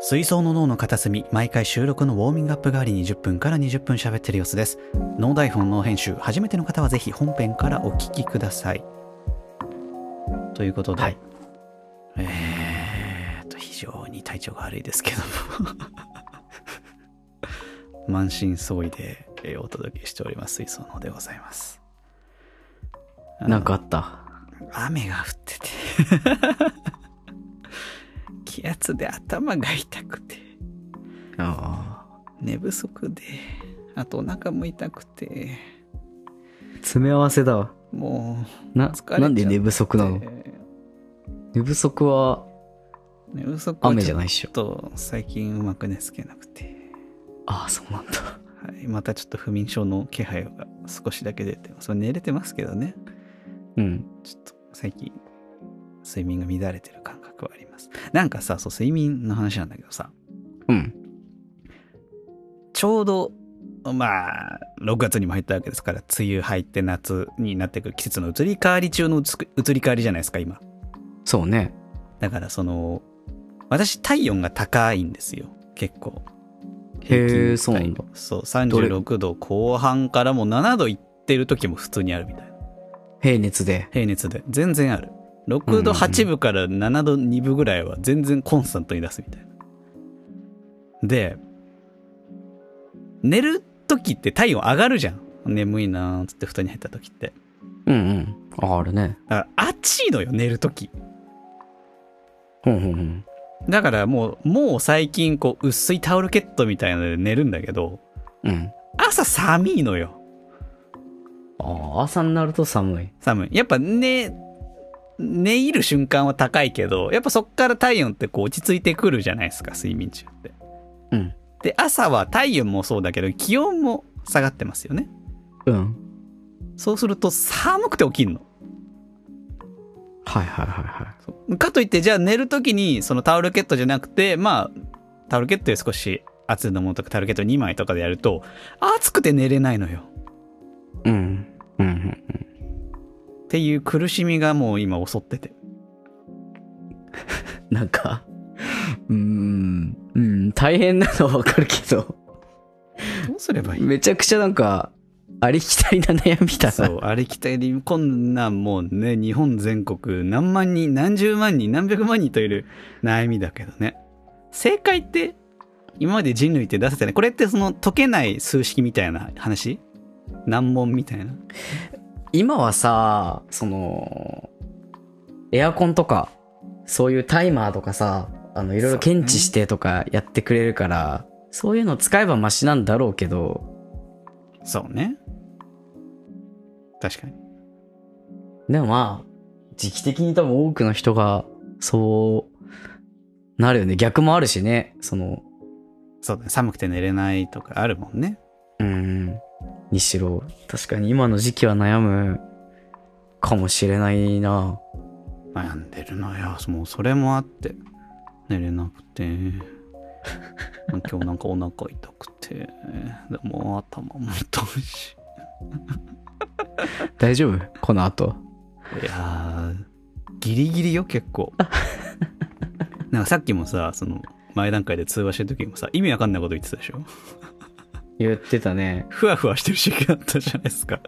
水槽の脳の片隅、毎回収録のウォーミングアップ代わりに10分から20分喋ってる様子です。ノー台本、ノー編集、初めての方はぜひ本編からお聞きください。ということで、はいえーっと、非常に体調が悪いですけども、 満身創痍で、えーお届けしております、水槽の脳でございます。なんかあった。雨が降って て気圧で頭が痛くてあ寝不足であとお腹も痛くてあ。詰め合わせだわ。も疲なれちゃっ、てなんで寝不足うなの寝不足は寝不足は雨じちゃょないっっしょ。と最近うまく寝つけなくて、ああ、そうなんだ。はい、またちょっと不眠症の気配が少しだけ出てます寝れてますけどねうん。ちょっと最近睡眠が乱れてる感覚はありますなんかさそう睡眠の話なんだけどさうん。ちょうど、まあ、6月にも入ったわけですから、梅雨入って夏になってくる季節の移り変わり中の移く移り変わりじゃないですか、今。そうね。だから、その、私、体温が高いんですよ、結構。へ平え、均そうなんだ。そう、どれ36度後半からもう7度いってる時も普通にあるみたいな。平熱で。平熱で。全然ある。6度うんうん8分から7度2分ぐらいは全然コンスタントに出すみたいな。で、寝る時って体温上がるじゃん。眠いなーっつって布団に入った時って。うんうん。ああ、あるね。だから、暑いのよ、寝る時。ほんほんほん。だからもう、もう最近こう、薄いタオルケットみたいなので寝るんだけど、うん。朝寒いのよ。ああ、朝になると寒い。寒い。やっぱ寝、寝入る瞬間は高いけど、やっぱそっから体温ってこう落ち着いてくるじゃないですか、睡眠中って。うん。で、朝は体温もそうだけど、気温も下がってますよね。うん。そうすると寒くて起きんの。はいはいはいはそうかといって、じゃあ寝るときに、そのタオルケットじゃなくて、まあ、タオルケットで少し厚いのものとかタオルケット2枚とかでやると、暑くて寝れないのよ。い。うん。うんうん。っていう苦しみがもう今襲ってて。なんか、 うーん、うん、大変なのはわかるけど、どうすればいいめちゃくちゃなんか、ありきたりな悩みだそな。う、ありきたり、こんなんもうね、日本全国何万人、何十万人、何百万人といる悩みだけどね。正解って、今まで人類って出せてない。これってその解けない数式みたいな話難問みたいな。今はさ、その、エアコンとか、そういうタイマーとかさ、あの、いろいろ検知してとかやってくれるから、そういうの使えばマシなんだろうけど、そうね。確かに。でもまあ、時期的に多分多くの人が、そう、なるよね。逆もあるしね、その、そうだね。寒くて寝れないとかあるもんね。うん。にしろ、確かに今の時期は悩むかもしれないな。悩んでるのよ。もうそれもあって。寝れなくて。 今日なんかお腹痛くて。でも頭も痛いし。大丈夫この後。いやーギリギリよ結構なんかさっきもさその前段階で通話してる時もさ意味わかんないこと言ってたでしょ言ってたね。ふわふわしてる時期だったじゃないですか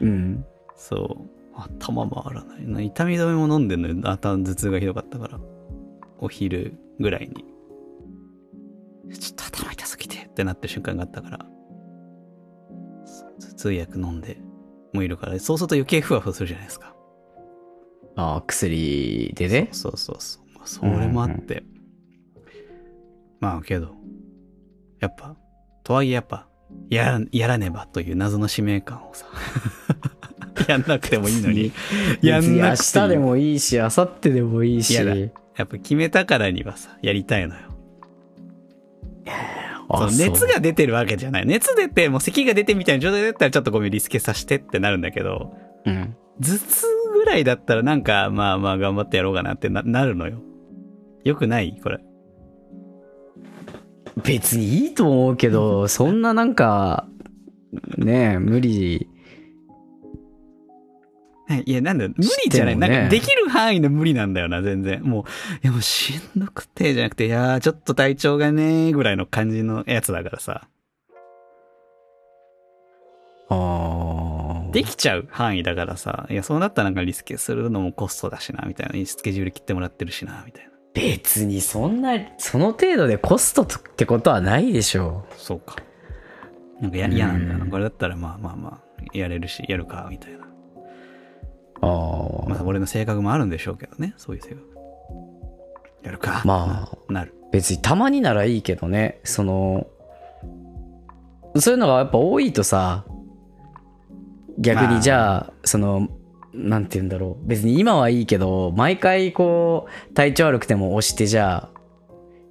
うん。そう頭回らないな痛み止めも飲んでんのよ頭頭痛がひどかったからお昼ぐらいにちょっと頭痛すぎてってなってる瞬間があったからそう頭痛薬飲んでもういるからそうすると余計ふわふわするじゃないですかああ、薬でね。そうそうそう。まあ、それもあって。まあけど、やっぱ、とはいえやっぱ、やら、やらねばという謎の使命感をさ、 やんなくてもいいのに、やんなく別てに明日でいい。もいいし、明後日でもいいし。やだやっぱ決めたからにはさ、やりたいのよ。そあう熱。そうが出てるわけじゃない。熱出て、もう咳が出てみたいな状態だったら、ちょっとごめん、リスケさせてってなるんだけど、うん。頭痛ぐらいだったらなんか、まあまあ頑張ってやろうかなってななるのよ。よくないこれ。別にいいと思うけど、そんななんか、ねえ、無理。いや、なんだ、無理じゃない。してもねなんか、できる範囲の無理なんだよな、全然。もう、いや、もうしんどくて、じゃなくて、いやー、ちょっと体調がね、ぐらいの感じのやつだからさ。ああ。できちゃう範囲だからさ、いや、そうなったらなんかリスケするのもコストだしな、みたいな。スケジュール切ってもらってるしな、みたいな。別にそんな、その程度でコストってことはないでしょそうか。なんかやうん嫌なんだよな。これだったら、まあまあまあ、やれるし、やるか、みたいな。う。あまあ、俺の性格もあるんでしょうけどね、そういう性格。やるか。まあ。なる。別にたまにならいいけどね、その、そういうのがやっぱ多いとさ、逆まあにじゃあ、その、なんて言うんだろう。別に今はいいけど、毎回こう、体調悪くても押してじゃあ、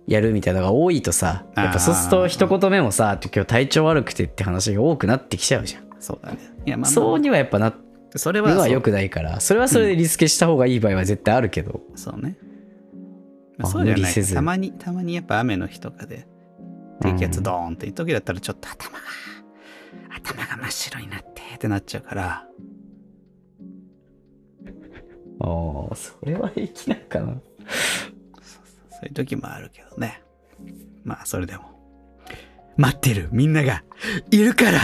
やるみたいなのが多いとさ、やっぱそうするあーと一言目もさ、今日体調悪くてって話が多くなってきちゃうじゃん。そうだね。いや、まあ、まあそうにはやっぱなそれるはのはそう良くないから、それはそれでリスケした方がいい場合は絶対あるけど。そうね。まああそうじゃ無な理いせずたまに、たまにやっぱ雨の日とかで、低気圧ドーンっていう時だったら、ちょっと頭が、頭が真っ白になってってなっちゃうから、ああ、それはできないかな。そういう時もあるけどね。まあ、それでも。待ってるみんながいるから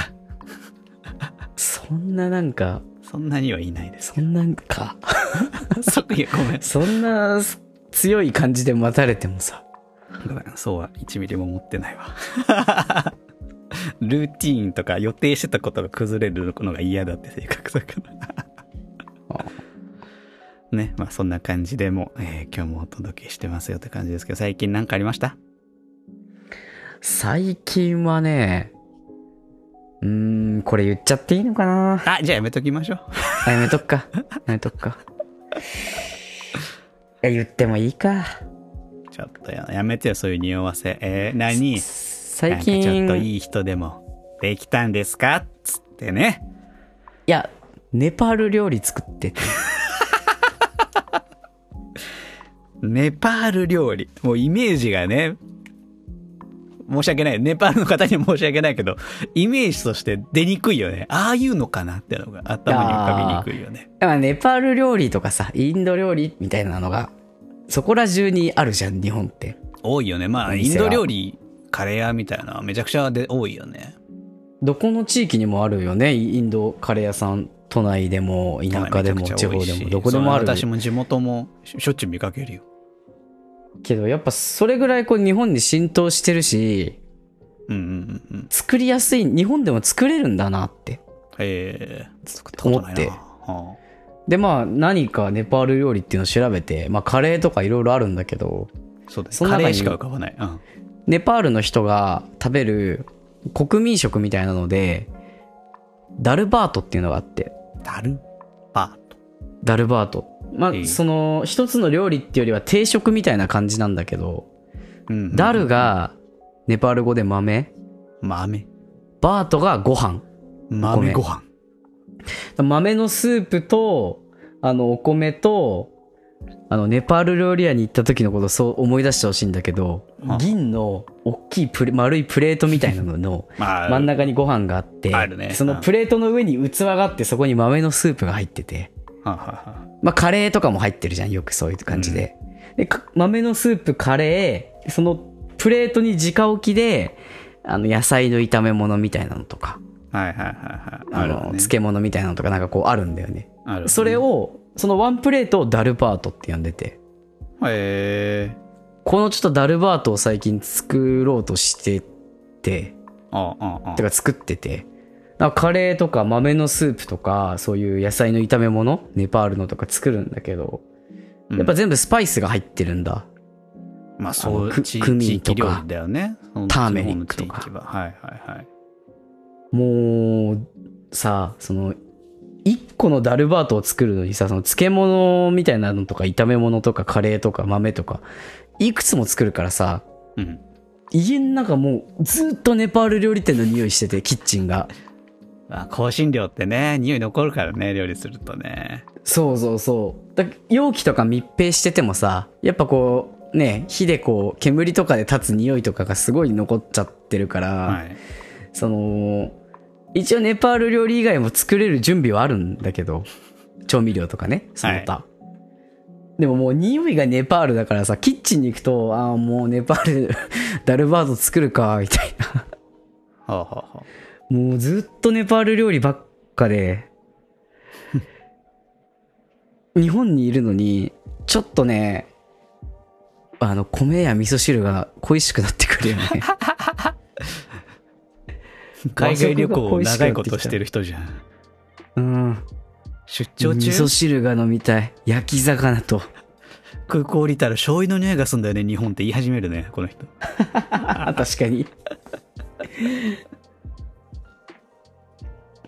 そんななんか、そんなにはいない ですそ。んなんか、そういやごめん。そんな強い感じで待たれてもさ。ごめん。そうは1ミリも思ってないわ。 ルーティーンとか予定してたことが崩れるのが嫌だって性格だから。ね、まあそんな感じでもう、えー今日もお届けしてますよって感じですけど、最近なんかありました最近はね、うーん、これ言っちゃっていいのかなあ、じゃあやめときましょう。あやめとくか。やめとくか。いや言ってもいいか。ちょっとややめてよ、そういう匂わせ。えー何最なんかちょ近、っといいい人でもできたんですかっつってね。や、ネパール料理作ってて。ネパール料理。もうイメージがね、申し訳ない。ネパールの方には申し訳ないけど、イメージとして出にくいよね。ああいうのかなってのが頭に浮かびにくいよね。まあネパール料理とかさ、インド料理みたいなのが、そこら中にあるじゃん、日本って。多いよね。まあ、おイン店はド料理、カレー屋みたいな、めちゃくちゃで多いよね。どこの地域にもあるよねインドカレー屋さん都内でも田舎でもめちゃくち地ゃ多方いでしもどこでもあるその私も地元もししょっちゅう見かけるよ。けどやっぱそれぐらいこう日本に浸透してるしうんうんうんうん。作りやすい日本でも作れるんだなってええ作ったことないな。思ってはでまあ何かネパール料理っていうのを調べて、まあ、カレーとかいろいろあるんだけどあそうだね。そのカ中にレーしか浮かばない。うん。ネパールの人が食べる国民食みたいなのでダルバートっていうのがあってダルバート。ダルバートまええあその一つの料理っていうよりは定食みたいな感じなんだけどうんうんダルがネパール語で豆、豆。バートがご飯。豆ご飯。豆のスープと、あの、お米と、あの、ネパール料理屋に行った時のことをそう思い出してほしいんだけどはあ、銀の大きいプレ丸いプレートみたいなののま真ん中にご飯があって、あるねそのプレートの上に器があって、そこに豆のスープが入ってて、はははまあ、カレーとかも入ってるじゃん、よくそういう感じで。で、か豆のスープ、カレー、そのプレートに直置きで、あの、野菜の炒め物みたいなのとか、はいはいはいはい。あの、るね漬物みたいなのとかなんかこうあるんだよね。あるねそれ。を、そのワンプレートをダルバートって呼んでて、へえ。このちょっとダルバートを最近作ろうとしてて、ああああて。か作ってて、なんかカレーとか豆のスープとか、そういう野菜の炒め物、ネパールのとか作るんだけど、うんやっぱ全部スパイスが入ってるんだ。まあそあのうク地クミン地域と料か理だよね。そのターメリックとか地方の地域ははいはいはい。もうさその1個のダルバートを作るのにさその漬物みたいなのとか炒め物とかカレーとか豆とかいくつも作るからさうん。家の中もうずっとネパール料理店の匂いしててキッチンがまあ香辛料ってね、匂い残るからね、料理するとね。そうそうそうだ容器とか密閉しててもさやっぱこうね火でこう煙とかで立つ匂いとかがすごい残っちゃってるから、はい。その一応ネパール料理以外も作れる準備はあるんだけど調味料とかね、その他。でももう匂いがネパールだからさ、キッチンに行くと、ああ、もうネパール、 ダルバード作るか、みたいな。はあ、はあはもうずっとネパール料理ばっかで、 日本にいるのに、ちょっとね、あの、米や味噌汁が恋しくなってくるよね。あ、海外旅行を長い和食が恋しくなこってきたとしてる人じゃんうん。出張味噌中汁が飲みたい。焼き魚と。空港降りたら醤油の匂いがすんだよね日本って言い始めるねこの人あ、確かに。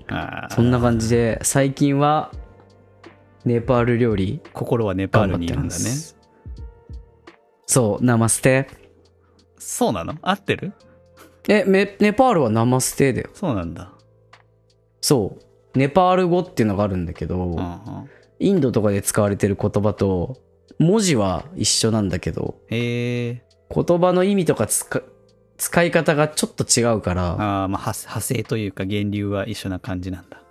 あそあんな感じで、最近は、ネパール料理心はネパー頑張ルっにいてるんまだねす。そう、ナマステ。そうなの合ってるえ、めネパールはナマステだよ。そうなんだそう。ネパール語っていうのがあるんだけど、うんうんインドとかで使われてる言葉と、文字は一緒なんだけど、へえ言葉の意味とか使使い方がちょっと違うから、あああまあ派派生というか源流は一緒な感じなんだ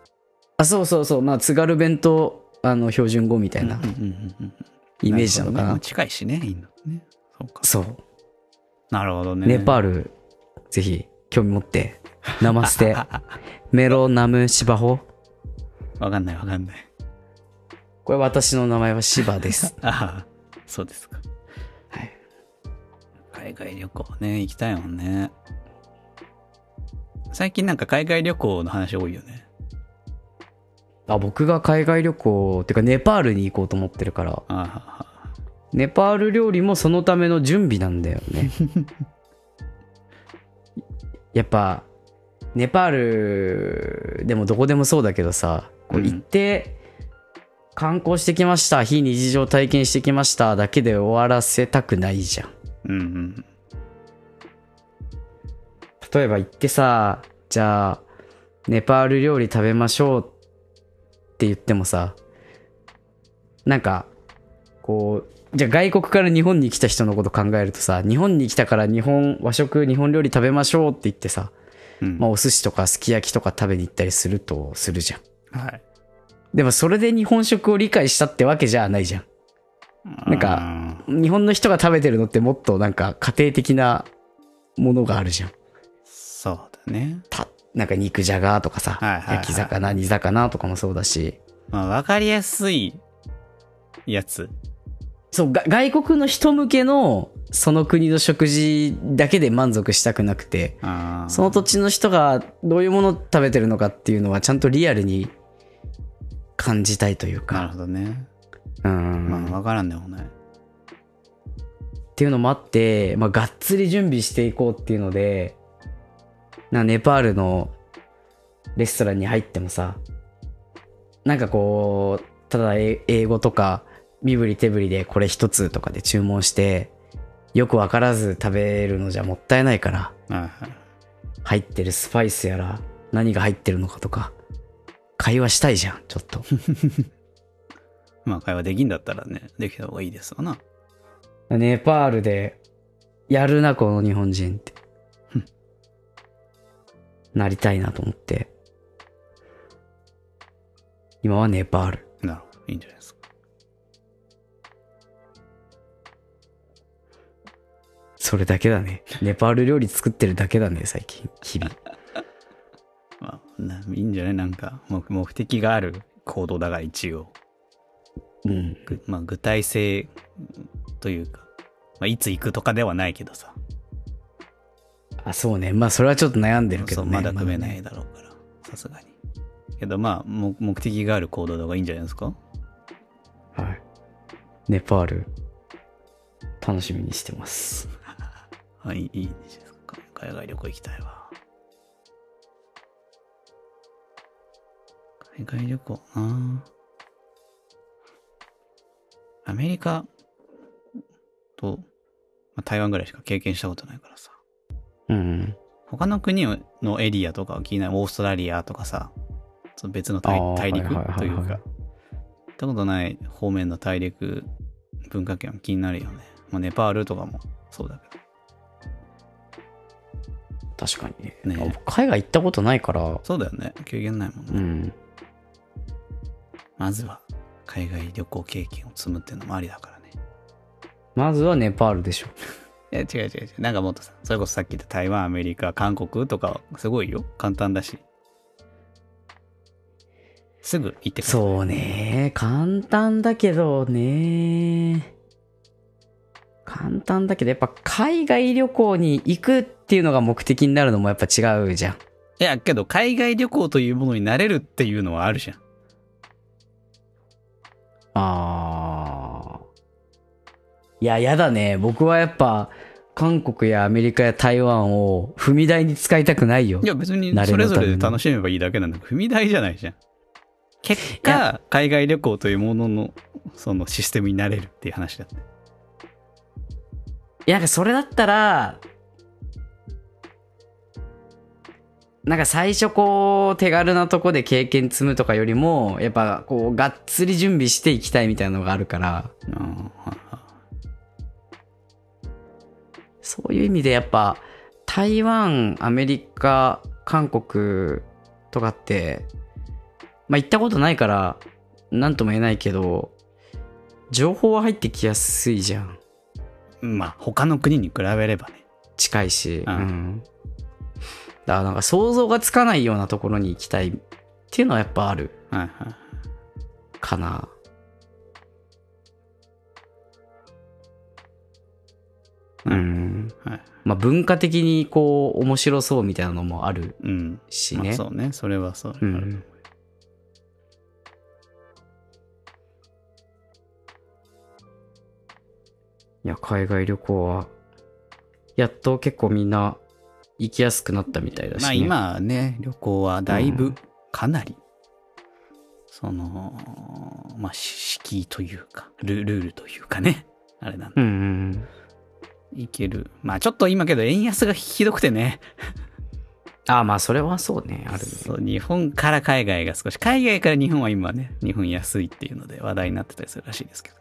そうそうそう、まあ、津軽弁と、あの、標準語みたいなうんうんうんうんイメージなのかるほどねな。まあ近いしねインドってねそうかそう。なるほどねネパール、ぜひ、興味持って、ナマス テ、メロナムシバホ。わかんないわかんないこれ私の名前はシバです。 ああそうですかはい海外旅行ね行きたいもんね最近なんか海外旅行の話多いよねあ僕が海外旅行てかネパールに行こうと思ってるからああああネパール料理もそのための準備なんだよねやっぱネパールでもどこでもそうだけどさこううん行って観光してきました非日常体験してきましただけで終わらせたくないじゃんうんうん例えば行ってさじゃあネパール料理食べましょうって言ってもさなんかこうじゃあ外国から日本に来た人のこと考えるとさ日本に来たから日本和食日本料理食べましょうって言ってさ、うんまあ、お寿司とかすき焼きとか食べに行ったりするとするじゃんはいでもそれで日本食を理解したってわけじゃないじゃんなんか日本の人が食べてるのってもっとなんか家庭的なものがあるじゃんそうだねたなんか肉じゃがとかさ、はいはいはい焼き魚煮魚とかもそうだしまあわかりやすいやつそうが外国の人向けのその国の食事だけで満足したくなくてああその土地の人がどういうものを食べてるのかっていうのはちゃんとリアルに感じたいというなるか、ほどねうんまあわからんでもないっていうのもあって、まあ、がっつり準備していこうっていうのでなネパールのレストランに入ってもさなんかこうただえ英語とか身振り手振りでこれ一つとかで注文してよくわからず食べるのじゃもったいないからはいはい入ってるスパイスやら何が入ってるのかとか会話したいじゃんちょっとまあ会話できんだったらねできた方がいいですわなネパールでやるなこの日本人ってふんなりたいなと思って今はネパールなるほどいいんじゃないですかそれだけだねネパール料理作ってるだけだね最近日々まあないいんじゃないなんか目目的がある行動だから一応うんぐまあ、具体性というか、まあ、いつ行くとかではないけどさ、あそうねまあそれはちょっと悩んでるけそどうねまだ組めなねいだろうからさすがにけどまあも目的がある行動の方がいいんじゃないですかはいネパール楽しみにしてます はいいいいいんじゃないですか海外旅行行きたいわ海外旅行なアメリカと、まあ、台湾ぐらいしか経験したことないからさうん他の国のエリアとかは気になる。オーストラリアとかさ、その別のあー大大陸はいはいといはいはいうか、行ったことない方面の大陸文化圏は気になるよね。まあ、ネパールとかもそうだけど。確かにねねあ僕海外行ったことないからそうだよね。経験ないもんね。うんまずは海外旅行経験を積むっていうのもありだからね。まずはネパールでしょ。いや、違う違う違う。なんかもっとさ、それこそさっき言った台湾、アメリカ、韓国とか、すごいよ。簡単だし。すぐ行ってくる。そうね。簡単だけどね。簡単だけど、やっぱ海外旅行に行くっていうのが目的になるのもやっぱ違うじゃん。いや、けど、海外旅行というものになれるっていうのはあるじゃん。ああ。いや、やだね。僕はやっぱ、韓国やアメリカや台湾を踏み台に使いたくないよい。や、別に慣れのそれぞれでための楽しめばいいだけなんだけど、踏み台じゃないじゃん。結い果、海外旅行というものの、そのシステムになれるっていう話だった。いや、なんかそれだったら、なんか最初こう手軽なとこで経験積むとかよりもやっぱこうがっつり準備していきたいみたいなのがあるからうんはいはいそういう意味でやっぱ台湾アメリカ韓国とかってまあ行ったことないから何とも言えないけど情報は入ってきやすいじゃんまあ、他の国に比べればね。近いし、うんうんだからなんか想像がつかないようなところに行きたいっていうのはやっぱあるはいはい。かなうんうんはいまあ文化的にこう面白そうみたいなのもあるうん。しまあ、ね、そうね。それはそう。うんいや海外旅行はやっと結構みんな行きやすくなったみたいだし、ね、まあ、今はね、旅行はだいぶ、かなり、その、まあ、敷居というか、ルルールというかね。あれなんだ。うんうんいける。まあ、ちょっと今けど、円安がひどくてね。ああまあそれはそうねあるねそう、日本から海外が少し、海外から日本は今ね、日本安いっていうので話題になってたりするらしいですけど、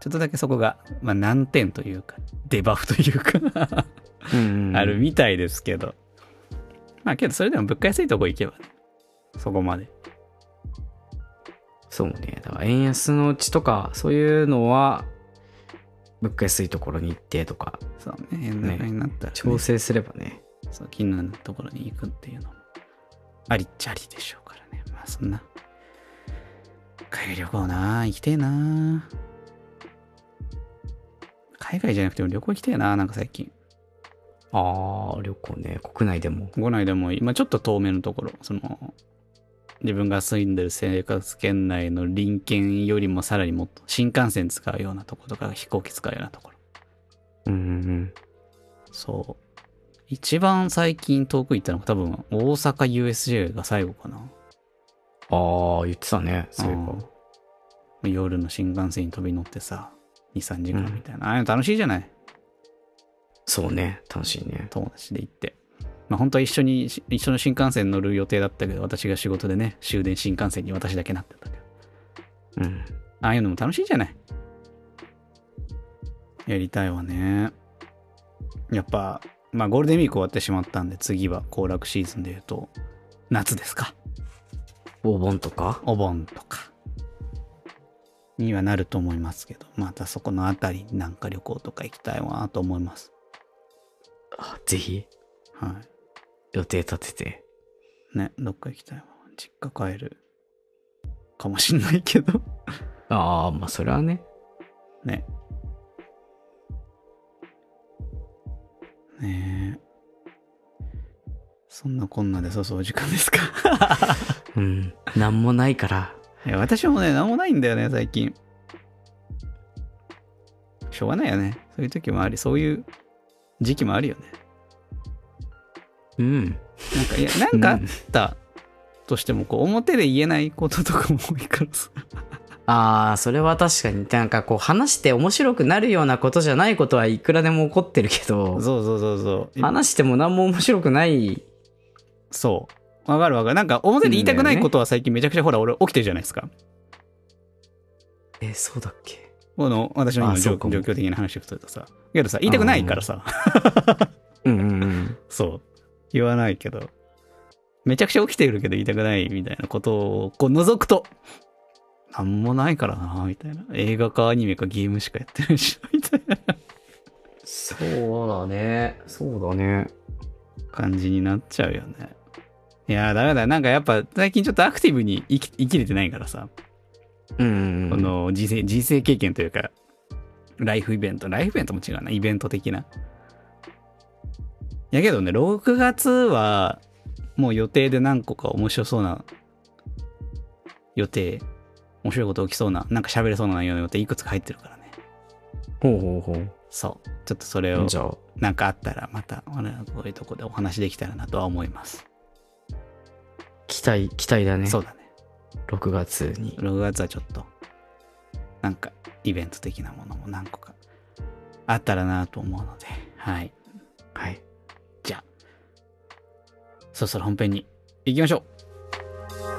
ちょっとだけそこが、まあ難点というか、デバフというか、うんうんあるみたいですけど、まあけどそれでも物価安いとこ行けばね、そこまで。そうね。だから円安のうちとか、そういうのは、物価安いところに行ってとか、そうね、円高になったら、ね調整すればね。そう、気になるところに行くっていうのも、ありっちゃありでしょうからね。まあそんな、海外旅行なあ行きてえなあ海外じゃなくても旅行行きてえなあなんか最近。ああ、旅行ね。国内でも。国内でも今ちょっと遠目のところ、その、自分が住んでる生活圏内の隣県よりもさらにもっと新幹線使うようなとことか飛行機使うようなところ。うんうんそう。一番最近遠く行ったのが多分大阪 USJ が最後かな。うん。ああ、言ってたね。そういえば。うん夜の新幹線に飛び乗ってさ、2、3時間みたいな。ああいうの楽しいじゃないそうね。楽しいね。友達で行って。まあ本当は一緒に、し一緒の新幹線に乗る予定だったけど、私が仕事でね、終電新幹線に私だけなってたけど。うん。ああいうのも楽しいじゃない。やりたいわね。やっぱ、まあゴールデンウィーク終わってしまったんで、次は行楽シーズンで言うと、夏ですか。お盆とかお盆とかにはなると思いますけど、またそこのあたりになんか旅行とか行きたいわと思います。あぜひ、は予定立てて。い。ね、どっか行きたいわ。実家帰るかもしんないけど。ああ、まあそれはね。ね。ねえ。そんなこんなでそうそうお時間ですか。 うん。なんもないから。いや私もね、なんもないんだよね、最近。しょうがないよね。そういう時もあり、そういう時期もあるよね。うん。なんか、いや、なんかあったとしても、こう、表で言えないこととかも多いからさ。ああ、それは確かに、なんかこう話して面白くなるようなことじゃないことはいくらでも起こってるけそどう、そうそうそう。話しても何も面白くない。そう。わかるわかる。なんか、表で言いたくないことは最近めちゃくちゃ、ほら、俺起きてるじゃないですか。え、そうだっけこの、私の今あ状そうか状も況的な話をするとさ。けどさ、言いたくないからさ。うんうんうん。 そう。言わないけど。めちゃくちゃ起きてるけど言いたくないみたいなことを、こう、覗くと、なんもないからな、みたいな。映画かアニメかゲームしかやってないし、 みたいなそうだね。そうだね。感じになっちゃうよね。いやー、ダメだ。なんかやっぱ最近ちょっとアクティブに生き生きれてないからさ、うん。こ、の人生、人生経験というか、ライフイベント、ライフイベントも違うな、イベント的な。いやけどね、6月はもう予定で何個か面白そうな予定、面白いこと起きそうな、なんか喋れそうな内容の予定いくつか入ってるからね。ほうほうほそう。ちょっとそれう。をじゃあ、なんかあったらまた、あのこういうとこでお話できたらなとは思います。期待、期待だね。そうだね。 6月に。 6月はちょっと、なんかイベント的なものも何個かあったらなと思うので、はい。はい。じゃあ、そろそろ本編に行きましょう